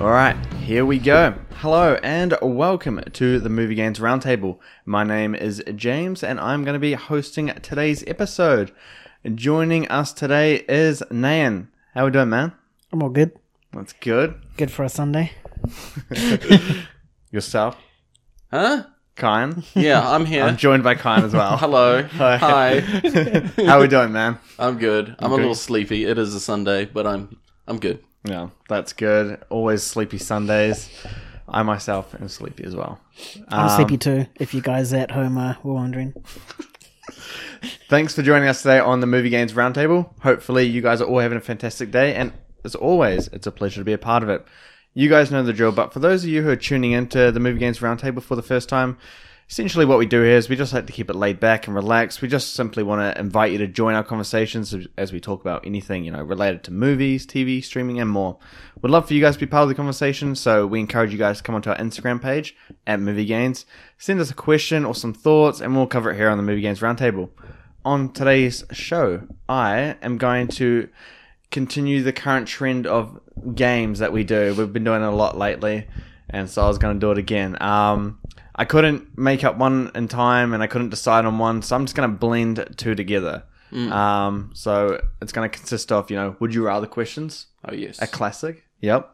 All right, here we go. Hello and welcome to the Movie Games Roundtable. My name is James and I'm going to be hosting today's episode. Joining us today is Nan. How we doing, man? I'm all good. That's good. Good for a Sunday. Yourself, Huh? Kyan. Yeah, I'm here. I'm joined by Kyan as well. Hello. Hi. How we doing, man? I'm good. I'm a Okay. little sleepy. It is a Sunday, but I'm I'm good. Yeah, that's good. Always sleepy Sundays. I myself am sleepy as well. I'm sleepy too, if you guys at home uh, were wondering. Thanks for joining us today on the Movie Games Roundtable. Hopefully, you guys are all having a fantastic day, and as always, it's a pleasure to be a part of it. You guys know the drill, but for those of you who are tuning into the Movie Games Roundtable for the first time, essentially what we do here is we just like to keep it laid back and relaxed. We just simply want to invite you to join our conversations as- as we talk about anything, you know, related to movies, TV, streaming, and more. We'd love for you guys to be part of the conversation, so we encourage you guys to come onto our Instagram page at Movie Games, send us a question or some thoughts, and we'll cover it here on the Movie Games Roundtable on today's show, I am going to continue the current trend of games that we do. We've been doing it a lot lately, and so I was going to do it again. Um, I couldn't make up one in time, and I couldn't decide on one, so I'm just going to blend two together. Um, so it's going to consist of, you know, would you rather questions, Oh yes. a classic. Yep.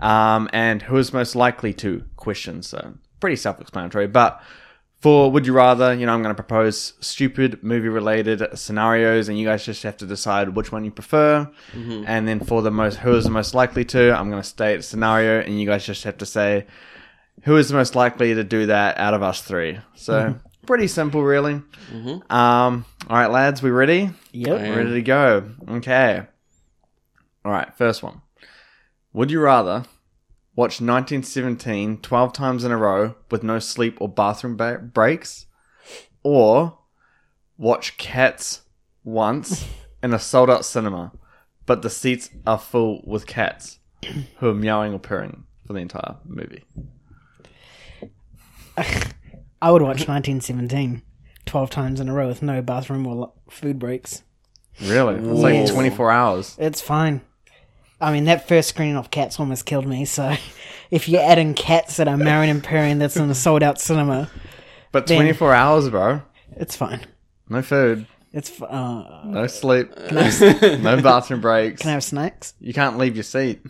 Um, and who is most likely to questions. So pretty self-explanatory. But for would you rather, you know, I'm going to propose stupid movie-related scenarios, and you guys just have to decide which one you prefer. And then for the most, who is the most likely to, I'm going to state a scenario, and you guys just have to say who is the most likely to do that out of us three. So pretty simple, really. Um, all right, lads, we ready? Yep. Yeah. Ready to go. Okay. All right, first one. Would you rather watch 1917 12 times in a row with no sleep or bathroom ba- breaks or watch Cats once in a sold out cinema but the seats are full with cats who are meowing or purring for the entire movie? I would watch 1917 12 times in a row with no bathroom or lo- food breaks. Really? It's like Yes. 24 hours. It's fine. I mean, that first screening of Cats almost killed me, so if you're adding cats that are married and pairing that's in a sold out cinema, But 24 hours, bro. it's fine. No food, It's f- uh, no sleep, no bathroom breaks. Can I have snacks? You can't leave your seat.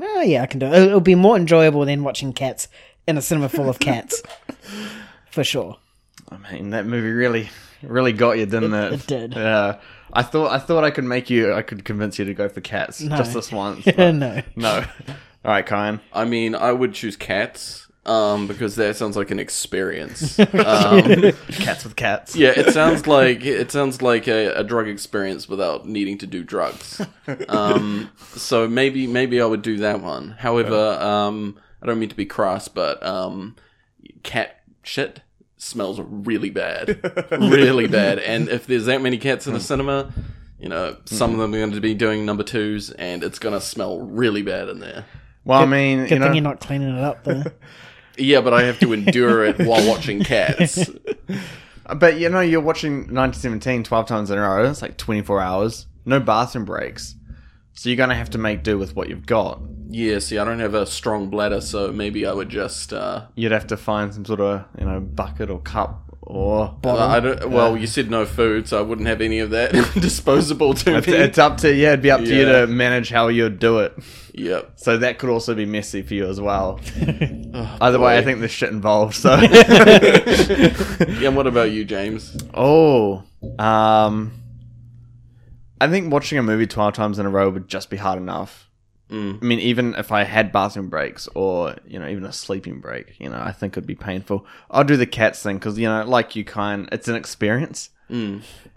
Oh, yeah, I can do it. It'll it'll be more enjoyable than watching cats in a cinema full of cats. For sure. I mean, that movie really, really got you, didn't it? it did. Yeah. I thought, I thought I could make you, I could convince you to go for cats just this once. but Uh, no. no. All right, Kyan. I mean, I would choose cats um because that sounds like an experience. um, Cats with cats. yeah, it sounds like it sounds like a, a drug experience without needing to do drugs. Um so maybe maybe I would do that one. However, um I don't mean to be crass, but um cat shit smells really bad, really bad. And if there's that many cats in a cinema, you know, some of them are going to be doing number twos, and it's going to smell really bad in there. Well, I mean, Good you know, thing you're not cleaning it up, though. Yeah, but I have to endure it while watching cats. but you know, you're watching 1917 12 times in a row. It's like 24 hours. No bathroom breaks. So you're going to have to make do with what you've got. Yeah, see, I don't have a strong bladder, so maybe I would just. Uh, You'd have to find some sort of, you know, bucket or cup or well, I don't, well, you said no food, so I wouldn't have any of that disposable to It's, me. it's up to, yeah, it'd be up to you Yeah. to manage how you'd do it. Yep. So that could also be messy for you as well. Either way, I boy. think there's shit involved. So, Yeah, and what about you, James? oh, um, I think watching a movie twelve times in a row would just be hard enough. I mean, even if I had bathroom breaks or you know even a sleeping break, you know, I think it'd be painful. I'll do the cats thing because you know, like you kind, it's an experience.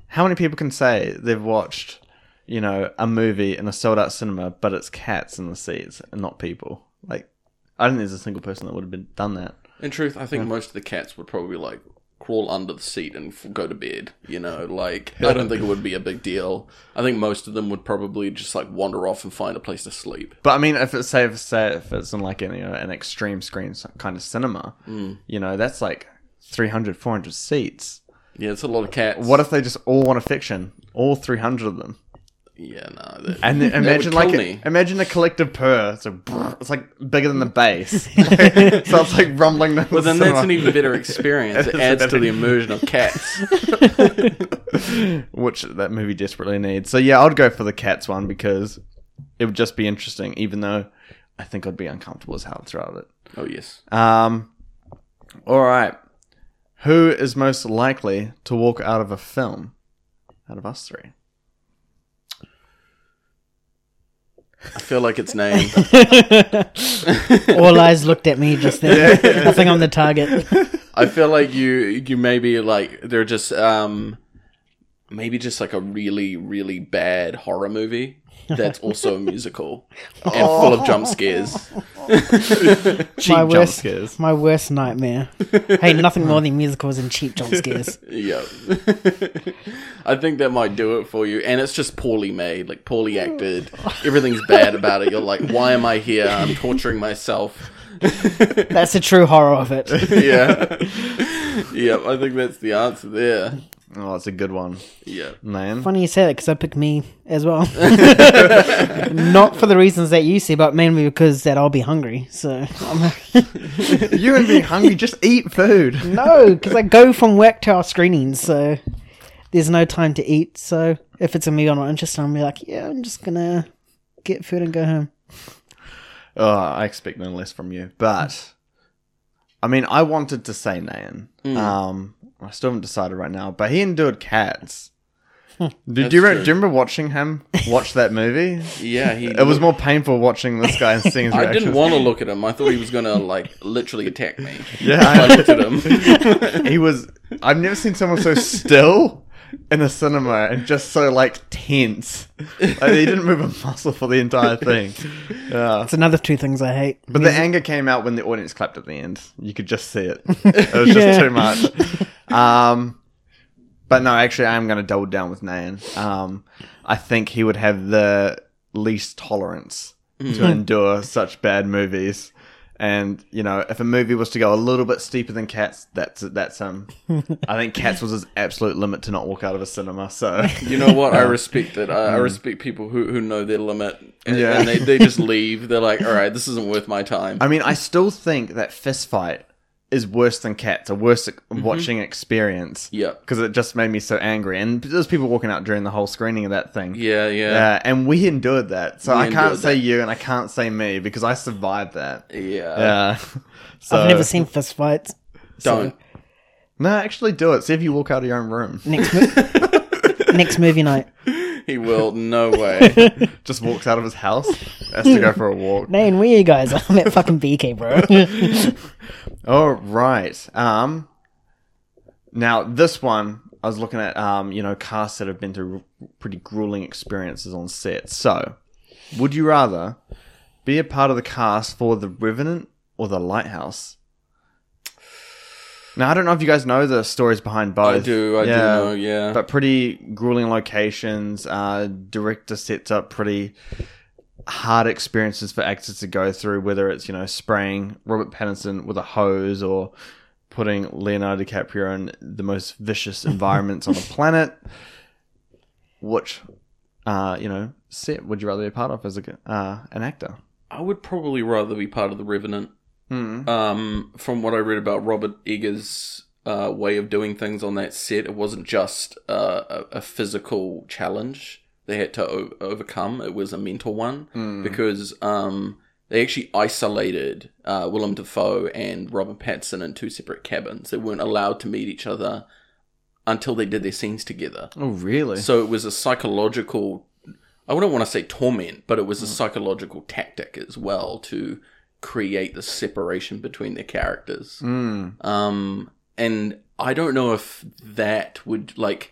How many people can say they've watched, you know, a movie in a sold out cinema, but it's cats in the seats and not people? Like, I don't think there's a single person that would have been done that. In truth, I think most of the cats would probably like crawl under the seat and f- go to bed. You know, like I don't think it would be a big deal. I think most of them would probably just like wander off and find a place to sleep. But I mean, if it's say if, say if it's in like an, you know, an extreme screen s- kind of cinema, Mm. you know, that's like 300, 400 seats. Yeah, it's a lot of cats. What if they just all want a fiction? All 300 of them. yeah, no. That, And then that imagine would like kill a, me. imagine a collective purr. So brrr, it's like bigger than the bass. so it's like rumbling. down the But then that's an cinema. even better experience. It it is adds to better. the immersion of cats. which that movie desperately needs. So yeah, I'd go for the cats one because it would just be interesting, even though I think I'd be uncomfortable as hell throughout it. oh yes. Um, all right, who is most likely to walk out of a film out of us three? I feel like its name. All eyes looked at me just then. I think I'm the target. I feel like you you maybe like they're just um maybe just like a really really bad horror movie that's also a musical and full of jump scares. Cheap My jump worst- scares. My worst nightmare. Hey, nothing more than musicals and cheap jump scares. Yeah. I think that might do it for you. And it's just poorly made, like poorly acted. Everything's bad about it. You're like, why am I here? I'm torturing myself. That's the true horror of it. Yeah. yeah, I think that's the answer there. Oh, that's a good one, Yeah. man. Funny you say that because I picked me as well. Not for the reasons that you see, but mainly because that I'll be hungry. So you and being hungry, just eat food. no, because I go from work to our screenings, so there's no time to eat. So if it's a meal I'm not interested, in, I'll be like, yeah, I'm just gonna get food and go home. Oh, I expect no less from you. But I mean, I wanted to say Nayan. Hmm. Um, I still haven't decided right now. But he endured cats. Do, do, you re- Hmm. true. do you remember watching him watch that movie? Yeah, he It was more painful watching this guy and seeing his I reactions. didn't want to look at him. I thought he was gonna like literally attack me. I yeah, looked at him. I- he was. I've never seen someone so still in a cinema and just so like tense. Like, he didn't move a muscle for the entire thing. Yeah. It's another two things I hate. But the anger came out when the audience clapped at the end. You could just see it. It was just Yeah. too much. Um, but no, actually, I am going to double down with Nan. Um, I think he would have the least tolerance to endure such bad movies. And you know, if a movie was to go a little bit steeper than Cats, that's that's him. I think Cats was his absolute limit to not walk out of a cinema. So You know what? I respect that. I, I respect people who, who know their limit and, Mm. Yeah. and they, they just leave. They're like, all right, this isn't worth my time. I mean, I still think that fist fight is worse than cats, a worse watching experience. Yeah. Because it just made me so angry. And there's people walking out during the whole screening of that thing. yeah, yeah, Yeah, and we endured that. So We I can't endured say you and I can't say me because I survived that. yeah. Yeah. So, I've never seen fist fights. Don't. No, actually do it. See if you walk out of your own room. Next, mo- next movie night. He will. No way. Just walks out of his house, has to go for a walk. Man, where you guys? I'm at fucking BK, bro. All right. Um. Now this one, I was looking at um, you know, casts that have been through pretty grueling experiences on set. So, would you rather be a part of the cast for The Revenant or The Lighthouse? Now I don't know if you guys know the stories behind both. I do. I do know. Yeah. But pretty grueling locations. Uh, director sets up pretty hard experiences for actors to go through, whether it's, you know, spraying Robert Pattinson with a hose or putting Leonardo DiCaprio in the most vicious environments on the planet. Which, uh, you know, set would you rather be a part of as a, uh, an actor? I would probably rather be part of the Revenant. Hmm. Um, from what I read about Robert Eggers' uh, way of doing things on that set, it wasn't just uh, a, a physical challenge they had to o- overcome; it was a mental one Mm. Hmm. because um, they actually isolated uh, Willem Dafoe and Robert Pattinson in two separate cabins. They weren't allowed to meet each other until they did their scenes together. Oh, really? So it was a psychological. I wouldn't want to say torment, but it was a psychological tactic as well to create the separation between the characters. Hmm. Um, and I don't know if that would like.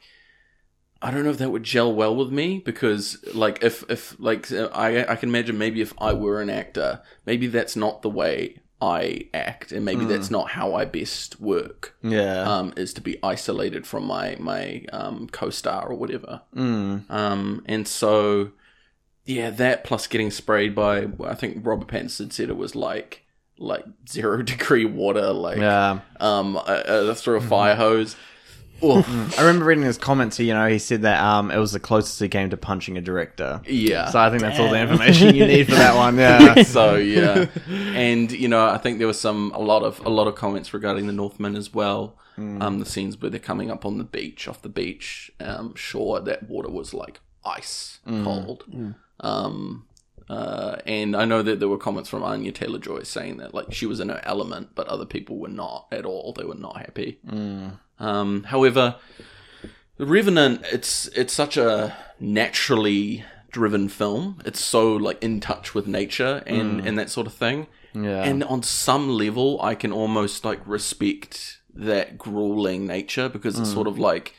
I don't know if that would gel well with me because, like, if if like uh, I I can imagine maybe if I were an actor, maybe that's not the way I act, and maybe that's not how I best work. Yeah. Um, is to be isolated from my my um, co-star or whatever. Hmm. Um, and so, yeah, that plus getting sprayed by, I think Robert Pattinson said it was like like zero degree water, like Yeah. um, uh, uh, through a fire hose. Oof. I remember reading his comments. You know, he said that um, it was the closest he came to punching a director. Yeah. So I think that's all the information you need for that one. Yeah. so yeah, and you know, I think there was some a lot of a lot of comments regarding the Northmen as well. Um, the scenes where they're coming up on the beach, off the beach, um, shore. That water was like ice cold. Um, uh, and I know that there were comments from Anya Taylor Joy saying that like she was in her element, but other people were not at all. They were not happy. Mm, Um, however, the Revenant, it's it's such a naturally driven film. It's so like in touch with nature and and that sort of thing. Mm. yeah. And on some level, I can almost like respect that grueling nature because Mm. it's sort of like,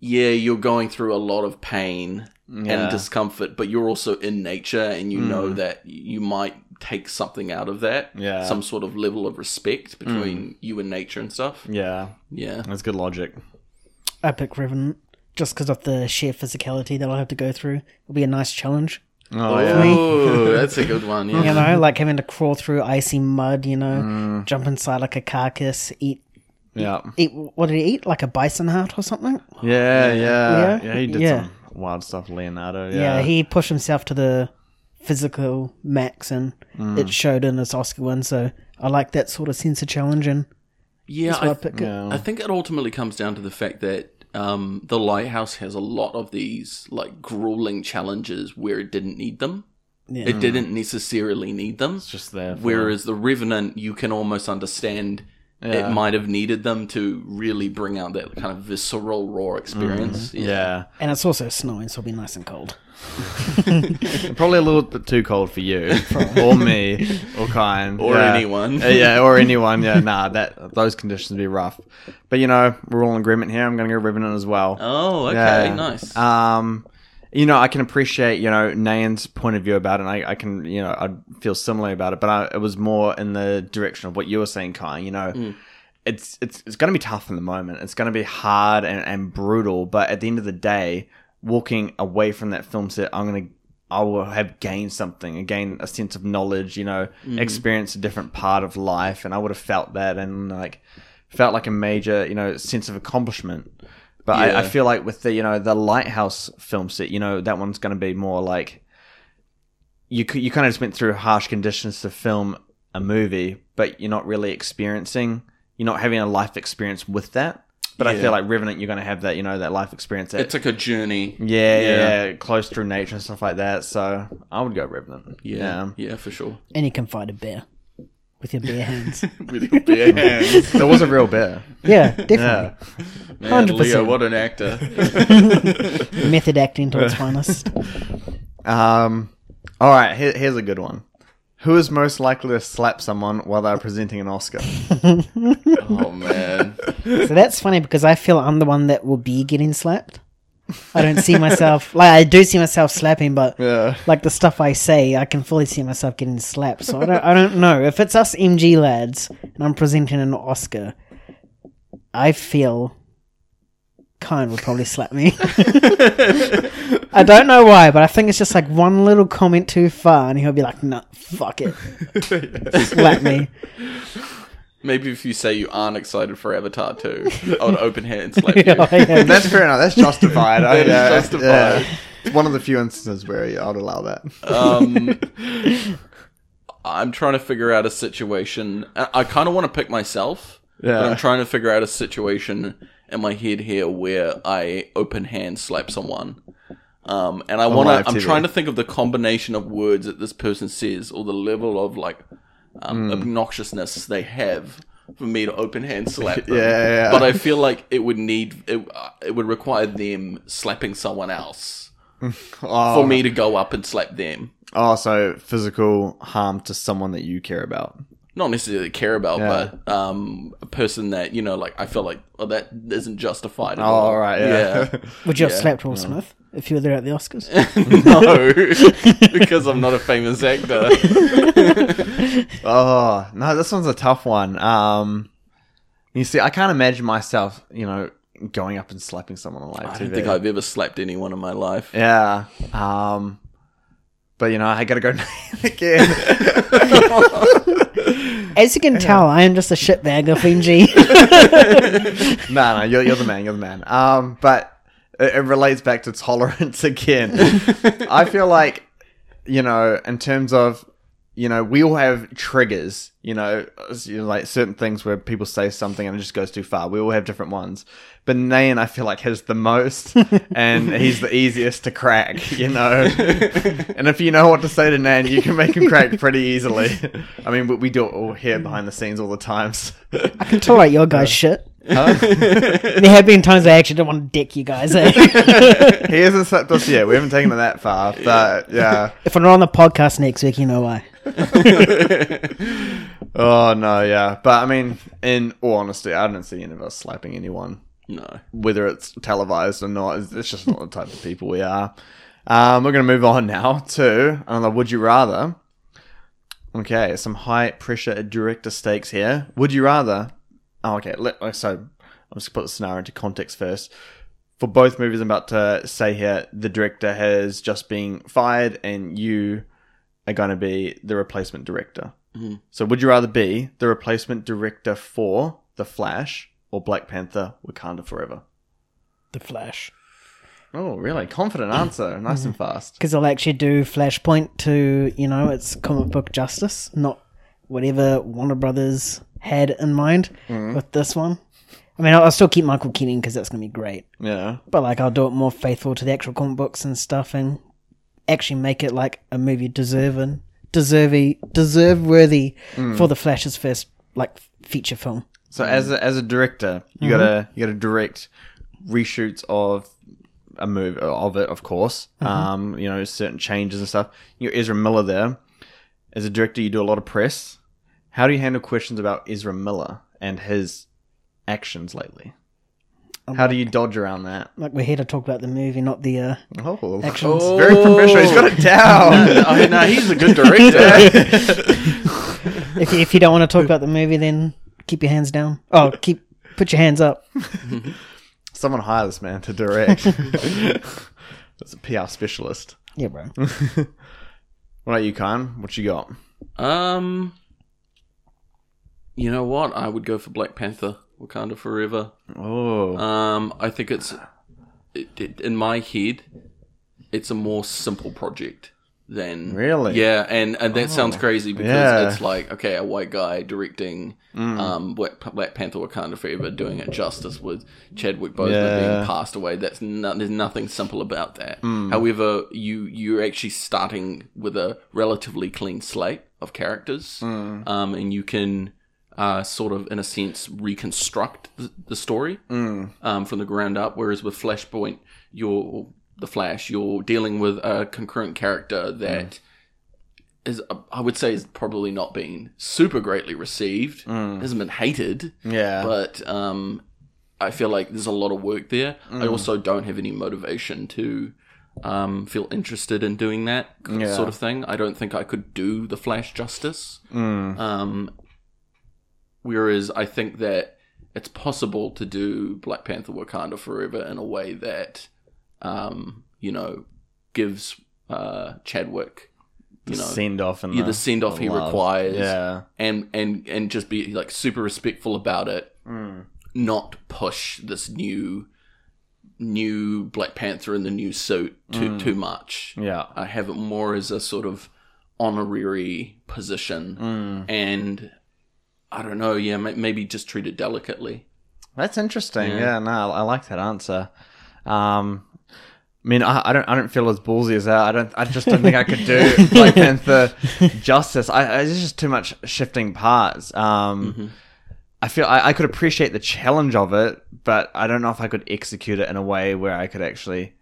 yeah, you're going through a lot of pain Yeah. Mm. and discomfort, but you're also in nature and you know that you might take something out of that. Yeah. Mm. Some sort of level of respect between you and nature and stuff. yeah. Yeah. That's good logic. I pick Revenant just because of the sheer physicality that I'll have to go through. It'll be a nice challenge. Oh, yeah. Oh, that's a good one. Yeah. You know, Mm-hmm. like having to crawl through icy mud, you know, Mm. jump inside like a carcass, eat, Yeah. eat what did he eat? Like a bison heart or something? Yeah. Yeah. Yeah? Yeah. He did Yeah. some wild stuff, Leonardo. Yeah, Yeah. he pushed himself to the physical max and Mm. it showed in his Oscar win, so I like that sort of sense of challenge and Yeah, that's why I, I, pick it. yeah. I think it ultimately comes down to the fact that um, the lighthouse has a lot of these like grueling challenges where it didn't need them. Yeah. It didn't necessarily need them. Just there. for- Whereas the Revenant, you can almost understand Yeah. it might have needed them to really bring out that kind of visceral raw experience. Yeah. And it's also snowing, so it'll be nice and cold. Probably a little bit too cold for you, or me, or Kyan, Or Yeah. anyone. Uh, yeah, or anyone. Yeah, nah, that those conditions would be rough. But you know, we're all in agreement here. I'm going to go Revenant as well. Oh, okay, Yeah. nice. Um, you know, I can appreciate you know Nayan's point of view about it. And I, I can you know I feel similarly about it, but I, it was more in the direction of what you were saying, Kai. You know, Mm. it's it's it's going to be tough in the moment. It's going to be hard and, and brutal, but at the end of the day, walking away from that film set, I'm going to. I will have gained something, and gain a sense of knowledge, you know, Mm-hmm. experience a different part of life, and I would have felt that, and like, felt like a major, you know, sense of accomplishment. But I, I Yeah. feel like with the you know the lighthouse film set, you know that one's going to be more like you c- you kind of just went through harsh conditions to film a movie, but you're not really experiencing, you're not having a life experience with that. But I Yeah. feel like Revenant, you're going to have that you know that life experience. That, it's like a journey. yeah, yeah, Yeah. yeah, close through nature and stuff like that. So I would go Revenant. Yeah, yeah, for sure. And you can fight a bear with your bare hands. With your bare hands. there was a real bear. yeah, definitely. Yeah, Man, 100%. Leo, what an actor. Method acting to its finest. Um, all right, here, here's a good one. Who is most likely to slap someone while they're presenting an Oscar? oh man. So that's funny because I feel I'm the one that will be getting slapped. I don't see myself like I do see myself slapping, but Yeah. like the stuff I say, I can fully see myself getting slapped. So I don't, I don't know if it's us MG lads and I'm presenting an Oscar. I feel Kyan would probably slap me. I don't know why, but I think it's just like one little comment too far, and he'll be like, "No, fuck it, slap me." Maybe if you say you aren't excited for Avatar 2, I would open hand slap you. Oh, yeah. That's fair enough. That's justified. I, That is yeah, justified. yeah. It's one of the few instances where yeah, I'd allow that. Um, I'm trying to figure out a situation. I, I kind of want to pick myself, but Yeah. I'm trying to figure out a situation in my head here where I open hand slap someone. Um, and I live want to. I'm TV. trying to think of the combination of words that this person says, or the level of like um, Hmm. obnoxiousness they have for me to open hand slap them. Yeah, yeah, yeah. But I feel like it would need it. uh, It would require them slapping someone else Oh, for me to go up and slap them. oh, so physical harm to someone that you care about. not necessarily care about, Yeah. but um, a person that you know, like I feel like oh, that isn't justified. At Oh, all right, yeah. Would you have slapped Will Smith if you were there at the Oscars? no, because I'm not a famous actor. Oh no, this one's a tough one. Um, you see, I can't imagine myself, you know, going up and slapping someone on live I TV. don't think I've ever slapped anyone in my life. Yeah. Um, but you know, I gotta go again. As you can tell, I am just a shitbag of MG. no, no, you're, you're the man. You're the man. Um, but it, it relates back to tolerance again. I feel like, you know, in terms of, you know, we all have triggers. You know, s- you know, like certain things where people say something and it just goes too far. We all have different ones. But Nayan, I feel like has the most, and he's the easiest to crack. You know, and if you know what to say to Nan, you can make him crack pretty easily. I mean, we, we do it all here behind the scenes all the time. so- I can tolerate your guys' shit. Huh? There have been times I actually didn't want to dick you guys. Eh? He hasn't slept us yet. We haven't taken it that far, but yeah. if I'm not on the podcast next week, you know why. Oh no, yeah. But I mean, in all honesty, I don't see any of us slapping anyone, no. whether it's televised or not. It's it's just not the type of people we are. Um, we're gonna move on now to another Would You Rather. Okay, some high pressure director stakes here. Would you rather? Oh, okay. Let, oh, so I'll just put the scenario into context first. For both movies, I'm about to say here, the director has just been fired, and you are going to be the replacement director. Mhm. So, would you rather be the replacement director for The Flash or Black Panther: Wakanda Forever? The Flash. Oh, really? Confident answer, nice and fast. Because I'll actually do Flashpoint to, you know, it's comic book justice, not whatever Warner Brothers had in mind with this one. I mean, I'll, I'll still keep Michael Keaton because that's going to be great. Yeah. But, like, I'll do it more faithful to the actual comic books and stuff and actually make it, like, a movie deserving, deservey, deserve worthy Hmm. for The Flash's first, like, feature film. So as a, as a director, you gotta Mm-hmm. you gotta direct reshoots of a movie of it, of course. Mm-hmm. Um, you know, certain changes and stuff. You're Ezra Miller there. As a director, you do a lot of press. How do you handle questions about Ezra Miller and his actions lately? Um, How do you dodge around that? Like, we're here to talk about the movie, not the uh, Oh, actions. Oh. very professional. He's got it down. I mean, no, he's a good director. if, you, if you don't want to talk about the movie, then keep your hands down. Oh, keep put your hands up. Someone hire this man to direct. That's a PR specialist. Yeah, bro. What about you, Khan? What you got? um, you know what? I would go for Black Panther, Wakanda Forever. Oh, Um, I think it's it, it, in my head, it's a more simple project than Really? Oh. Yeah, and, and that sounds crazy because yeah. Mm. it's like okay, a white guy directing um Black, Black Panther: Wakanda Forever, doing it justice with Chadwick Boseman Yeah. Mm. being passed away. That's no, there's nothing simple about that. However, you you're actually starting with a relatively clean slate of characters, Mm. um, and you can. Uh, sort of, in a sense, reconstruct the, the story um, from the ground up. Whereas with Flashpoint, you're the Flash, you're dealing with a concurrent character Mm. that is, I would say, is probably not been super greatly received. Hasn't been hated, Mm. yeah. but um, I feel like there's a lot of work there. Mm. I also don't have any motivation to um, feel interested in doing that Yeah. sort of thing. I don't think I could do the Flash justice. Mm. Um, whereas I think that it's possible to do Black Panther Wakanda Forever in a way that, um, you know, gives uh, Chadwick, you know, send off and yeah, the send off he love. requires, Yeah, and and and just be like super respectful about it, Mm. not push this new new Black Panther in the new suit too too much. yeah, I have it more as a sort of honorary position, Mm. and I don't know. Yeah, may- maybe just treat it delicately. that's interesting. Yeah, Yeah. no, I, I like that answer. Um, I mean, I, I don't, I don't feel as ballsy as that. I don't, I just don't think I could do Black Panther justice. I, I, there's just too much shifting parts. Um, I feel I, I could appreciate the challenge of it, but I don't know if I could execute it in a way where I could actually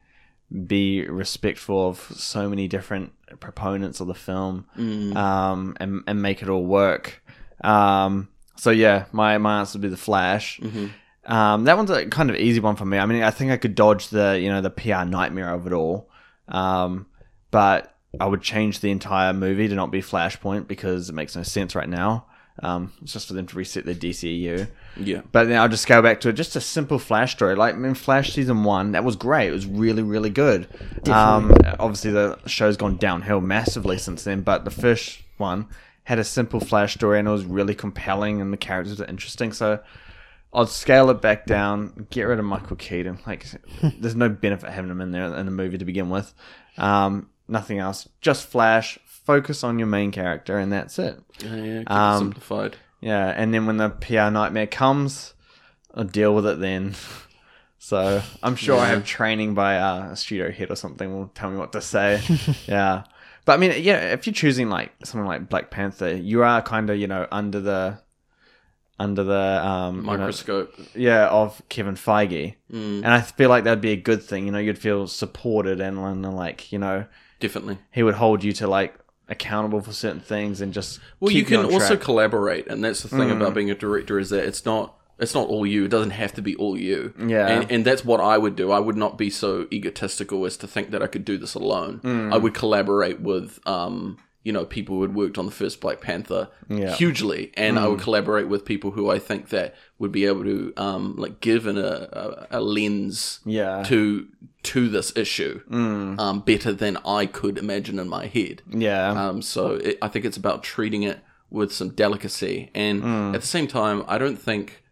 be respectful of so many different proponents of the film Mm. um, and, and make it all work. Um, so yeah, my, my answer would be the Flash. Mm-hmm. Um, that one's a kind of easy one for me. I mean, I think I could dodge the you know the PR nightmare of it all, um, but I would change the entire movie to not be Flashpoint because it makes no sense right now. Um, it's just for them to reset their E DCU. Yeah, But then I'll just go back to just a simple Flash story. Like in Flash season one, that was great. It was really, really good. Um, obviously, the show's gone downhill massively since then. But the first one had a simple flash story and it was really compelling and the characters were interesting. So I'd scale it back down, get rid of Michael Keaton. Like, there's no benefit having him in there in the movie to begin with. Um, nothing else. Just Flash. Focus on your main character, and that's it. Yeah, yeah, keep it Um, simplified. Yeah, and then when the PR nightmare comes, I'll deal with it then. So I'm sure I have training by uh, a studio head or something will tell me what to say. yeah, but I mean, yeah, if you're choosing like someone like Black Panther, you are kind of you know under the under the um you know, Microscope. yeah of Kevin Feige, Mm, and I feel like that'd be a good thing. You know, you'd feel supported and, and like you know definitely. he would hold you to like accountable for certain things and just Well, you keep can on also track. Mm. collaborate, and that's the thing about being a director is that it's not it's not all you. It doesn't have to be all you. Yeah. and, and that's what I would do. I would not be so egotistical as to think that I could do this alone. Mm. I would collaborate with um you know people who had worked on the first Black Panther Yeah. Mm. hugely, and I would collaborate with people who I think that would be able to um like give in a a, a lens yeah Mm. to to this issue um better than I could imagine in my head. yeah. Um, so it, I think it's about treating it with some delicacy, and at the same time, I don't think,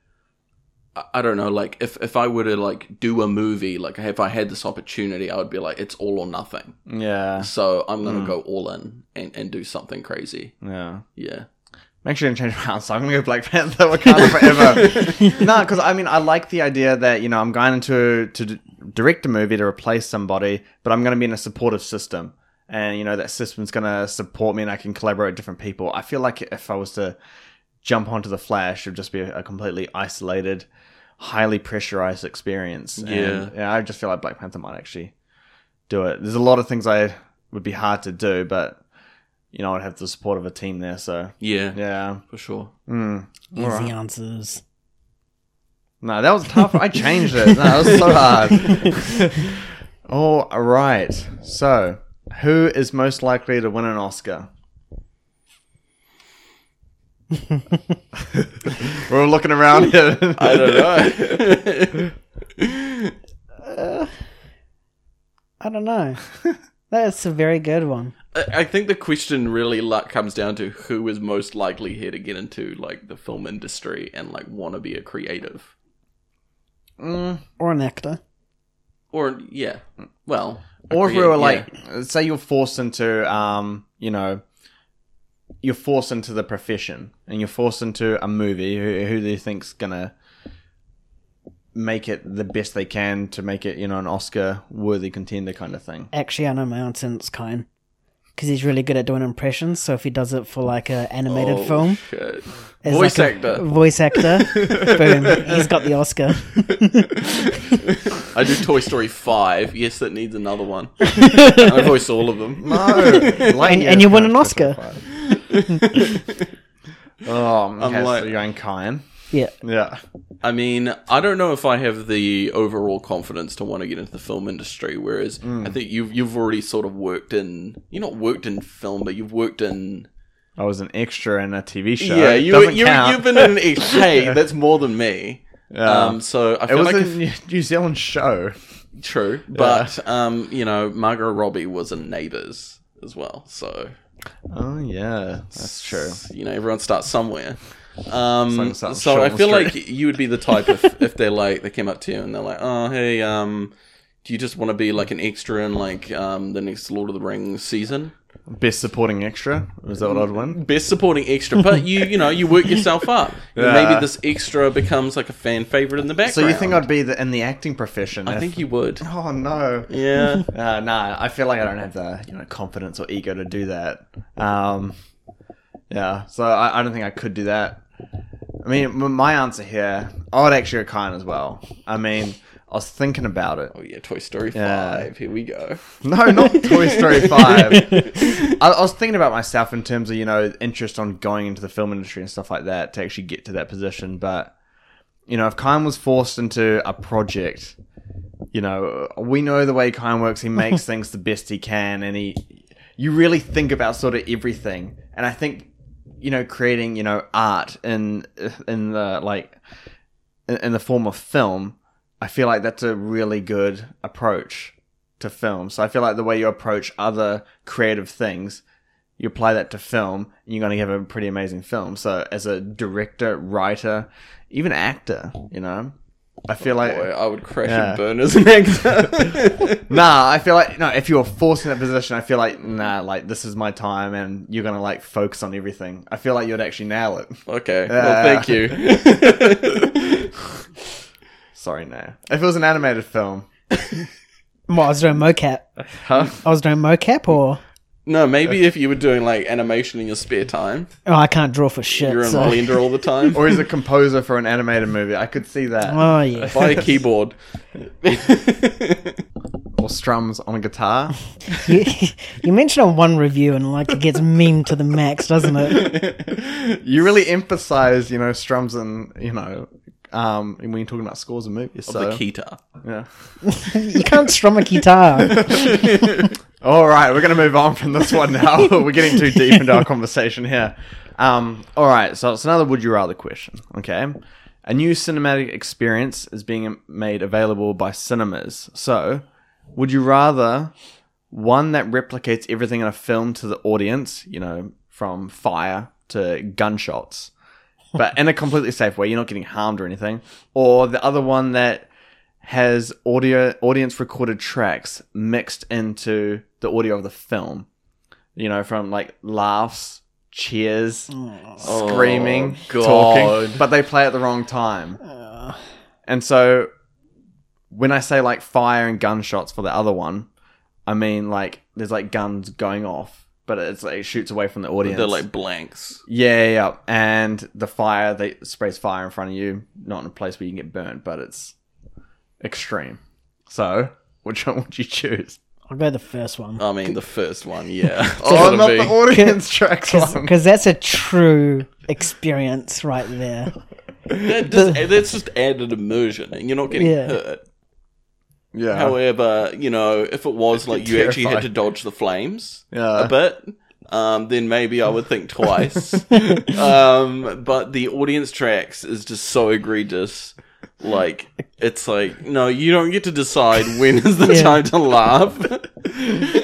I, I don't know, like if if I were to like do a movie, like if I had this opportunity, I would be like, it's all or nothing. Yeah, So I'm gonna go all in and and do something crazy. yeah. Yeah, I'm actually gonna change my answer. I'm gonna go Black Panther Wakanda forever. no, because I mean, I like the idea that you know I'm going into to d- direct a movie to replace somebody, but I'm gonna be in a supportive system, and you know that system's gonna support me, and I can collaborate with different people. I feel like if I was to jump onto the Flash, it would just be a, a completely isolated, highly pressurized experience. And, Yeah. yeah. I just feel like Black Panther might actually do it. There's a lot of things I would be hard to do, but you know I'd have the support of a team there, so. yeah, Yeah. for sure. Mm. Easy Alright. answers. No, that was tough. I changed it. No, that was so hard. All right. So, who is most likely to win an Oscar? We're all looking around here. I don't know. I don't know. That's a very good one. I I think the question really like comes down to who is most likely here to get into like the film industry and like want to be a creative. Mm. Or an actor. Or yeah, well, Or if we create- were yeah. like, say you're forced into, um, you know, you're forced into the profession and you're forced into a movie. Who, who do you think's gonna make it the best they can to make it, you know, an Oscar-worthy contender kind of thing? Actually, I know my answer. and It's Kine. Because he's really good at doing impressions, so if he does it for like a animated Oh, film, shit. as voice like a actor. voice actor, boom, he's got the Oscar. I do Toy Story five. Yes, that needs another one. I voice all of them. and, And- and you win an Oscar. oh, okay, I'm like- so you're going Kyan. Yeah, Yeah. I mean, I don't know if I have the overall confidence to want to get into the film industry. Whereas I think you've you've already sort of worked in you're not worked in film, but you've worked in I was an extra in a TV show. yeah. It You doesn't you count. you've been in an hey, that's more than me. Um, so I It feel was like a if- New- New Zealand show. True, but um, you know, Margot Robbie was in Neighbours as well, so Oh yeah, that's true. you know everyone starts somewhere. Um, Some start so I Shortland feel Street. like you would be the type if if they like they came up to you and they're like, oh hey, um, do you just want to be like an extra in like um the next Lord of the Rings season? Best supporting extra was that what I'd win? Best supporting extra, but you you know you work yourself up. Yeah. Maybe this extra becomes like a fan favorite in the background. So you think I'd be the, in the acting profession? I if- think you would. Oh no. Yeah. Uh, nah, I feel like I don't have the you know confidence or ego to do that. Um, yeah, so I, I don't think I could do that. I mean, m- my answer here, I would actually go kind as well. I mean, I was thinking about it. Oh yeah, Toy Story Yeah. Five. Here we go. No, not Toy Story Five. I, I was thinking about myself in terms of you know interest on going into the film industry and stuff like that to actually get to that position, but you know, if Kyan was forced into a project, you know, we know the way Kyan works. He makes things the best he can, and he, you really think about sort of everything. And I think, you know, creating you know art in in the like in, in the form of film, I feel like that's a really good approach to film. So I feel like the way you approach other creative things you apply that to film, and you're going to have a pretty amazing film. So, as a director, writer, even actor, you know, I feel like Boy, I would crash Yeah. and burn as an actor. nah. I feel like no. If you're forced in that position, I feel like nah. Like this is my time, and you're going to like focus on everything. I feel like you'd actually nail it. okay, well, thank you. Sorry, no. If it was an animated film, Well, I was doing mocap. huh? I was doing mocap, or no, maybe if you were doing like animation in your spare time, oh, I can't draw for shit. you're in so- Blender all the time, or as a composer for an animated movie, I could see that. Oh yeah. buy a keyboard. or strums on a guitar. you, you mentioned on one review and like it gets memed to the max, doesn't it? You really emphasize, you know, strums and you know, um, when you're talking about scores and movies. So The Kita. yeah. You can't strum a guitar. All right, we're going to move on from this one now. we're getting too deep into our conversation here. Um, all right, so it's another would you rather question. Okay. A new cinematic experience is being made available by cinemas. So, would you rather one that replicates everything in a film to the audience, you know, from fire to gunshots, but in a completely safe way, you're not getting harmed or anything, or the other one that has audio audience recorded tracks mixed into the audio of the film. You know, from like laughs, cheers, screaming, Oh, talking, God. but they play at the wrong time. And so when I say like fire and gunshots for the other one, I mean like there's like guns going off, but it's like it shoots away from the audience. They're like blanks. Yeah, yeah, yeah. And the fire, they sprays fire in front of you, not in a place where you can get burnt, but it's extreme. So, which one would you choose? I'll go the first one I mean, the first one, yeah. Oh, Gotta not be. the audience tracks one. because that's a true experience right there. That just, that's just added immersion, and you're not getting Yeah. hurt. Yeah. However, you know, if it was like you actually had Uh-huh. terrified. to dodge the flames Yeah. a bit, um, then maybe I would think twice. um, but the audience tracks is just so egregious. Like it's like no, you don't get to decide when is the Yeah. time to laugh.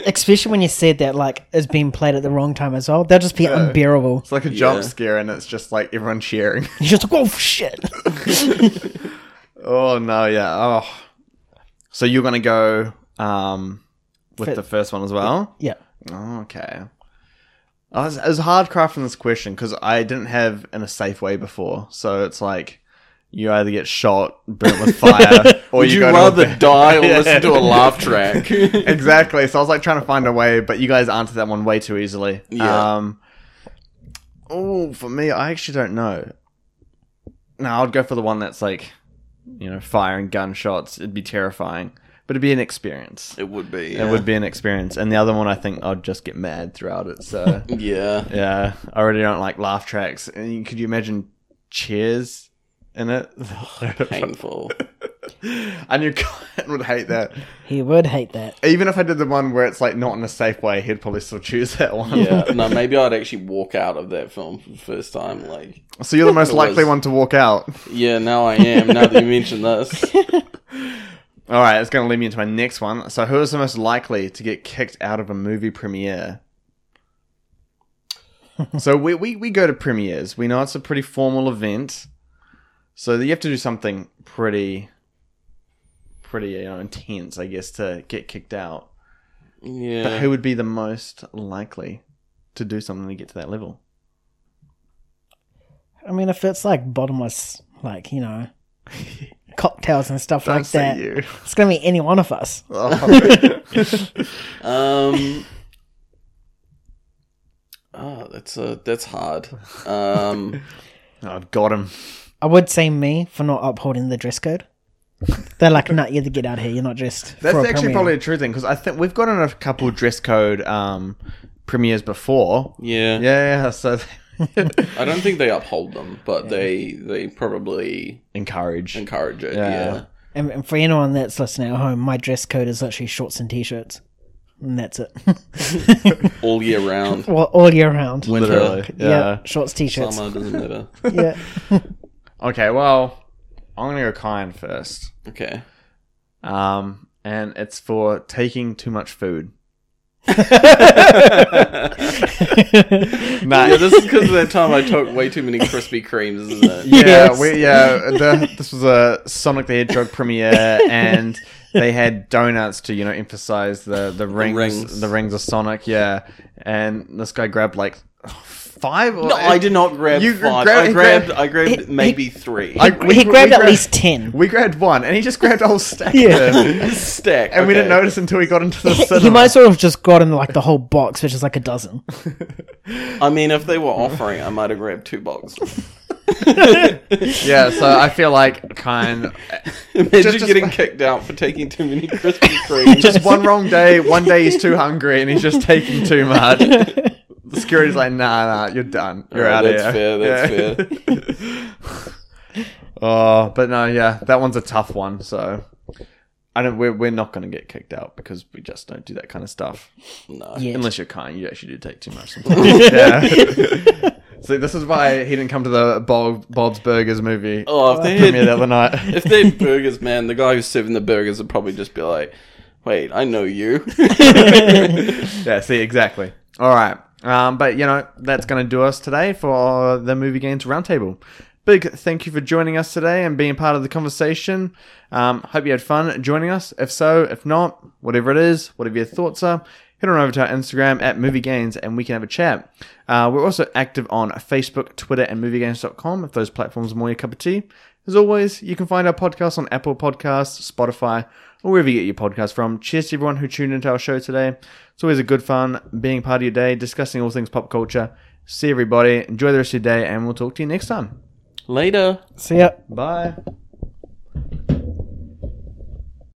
Especially when you said that like it's being played at the wrong time as well. They'll just be unbearable. It's like a jump Yeah. scare, and it's just like everyone cheering. You're just like, oh shit. oh, no, yeah. Oh. So, you're going to go um, with Fit- the first one as well? Yeah. Oh, okay. I was, I was hard crafting this question because I didn't have in a safe way before. So it's like you either get shot, burnt with fire, or Would you, go to a rather ba- die or Yeah. listen to a laugh track? exactly. So I was like trying to find a way, but you guys answered that one way too easily. Yeah. Um, oh, for me, I actually don't know. No, I'd go for the one that's like, you know, fire and gunshots. It'd be terrifying, but it'd be an experience. it would be. It would be an experience. And the other one, I think I'd just get mad throughout it. So. Yeah. Yeah, I already don't like laugh tracks. And you- could you imagine cheers in it? Painful. I knew Colin would hate that. He would hate that. Even if I did the one where it's like not in a safe way, he'd probably still choose that one. Yeah. No, maybe I'd actually walk out of that film for the first time. Like, So you're the most It was. likely one to walk out. yeah, now I am. Now that you mention this, All right, it's going to lead me into my next one. So who is the most likely to get kicked out of a movie premiere? so we, we, we go to premieres. We know it's a pretty formal event. So you have to do something pretty, pretty you know, intense, I guess, to get kicked out. But yeah, who would be the most likely to do something to get to that level? I mean, if it's like bottomless, like you know, cocktails and stuff Don't like say that, you. it's gonna be any one of us. Oh, Um, oh, that's uh, that's hard. Um, oh, got him. I would say me for not upholding the dress code. They're like, nah, you have to get out of here. You're not dressed. That's for a actually premiere." probably a true thing because I think we've gotten a couple dress code um, premieres before. yeah. Yeah, yeah, so I don't think they uphold them, but they they probably encourage. encourage it. Yeah. Yeah, And, and for anyone that's listening at home, my dress code is literally shorts and t-shirts, and that's it. all year round. well, all year round. Winter, Literally. yeah. Yeah. shorts, t-shirts. summer doesn't matter. Yeah. Okay, well, I'm going to go kind first. Okay. Um, and it's for taking too much food. Nah, Yeah, this is because of that time I took way too many Krispy Kremes, isn't it? yeah, Yes. we, yeah. The, this was a Sonic the Hedgehog premiere, and they had donuts to you know emphasize the the rings, the rings, rings. of Sonic. Yeah, and this guy grabbed like five. Or No, I did not grab You five. grabbed- I he grabbed, grabbed- I grabbed he- maybe three. I- he grabbed at grabbed- least 10. We grabbed one, and he just grabbed a whole stack. Yeah. Of them. stack, And we didn't okay. notice until we got into the He, cinema. he might sort of just gotten like the whole box, which is like a dozen. I mean, if they were offering, I might have grabbed two boxes. yeah, so I feel like kind. Imagine Just- just- getting kicked out for taking too many Krispy Kremes. Just one wrong day. One day he's too hungry and he's just taking too much. The security's like, nah, nah, you're done. You're Oh, out that's fair, here. that's fair. oh, but no, yeah, that one's a tough one. So I don't. We're, we're not going to get kicked out because we just don't do that kind of stuff. no. Yeah. Unless you're kind, you actually do take too much. Sometimes. yeah. So this is why he didn't come to the Bob, Bob's Burgers movie Oh, if they had, premiere the other night. if they had burgers, man, the guy who's serving the burgers would probably just be like, "Wait, I know you." Yeah, see, exactly. All right. Um, but, you know, that's going to do us today for the Movie Games Roundtable. Big thank you for joining us today and being part of the conversation. Um, hope you had fun joining us. If so, if not, whatever it is, whatever your thoughts are, head on over to our Instagram at Movie Gains and we can have a chat. Uh, we're also active on Facebook, Twitter, and MovieGains.com if those platforms are more your cup of tea. As always, you can find our podcast on Apple Podcasts, Spotify, or wherever you get your podcast from. Cheers to everyone who tuned into our show today. It's always a good fun being part of your day, discussing all things pop culture. See everybody, enjoy the rest of your day, and we'll talk to you next time. Later. So, yeah. Bye.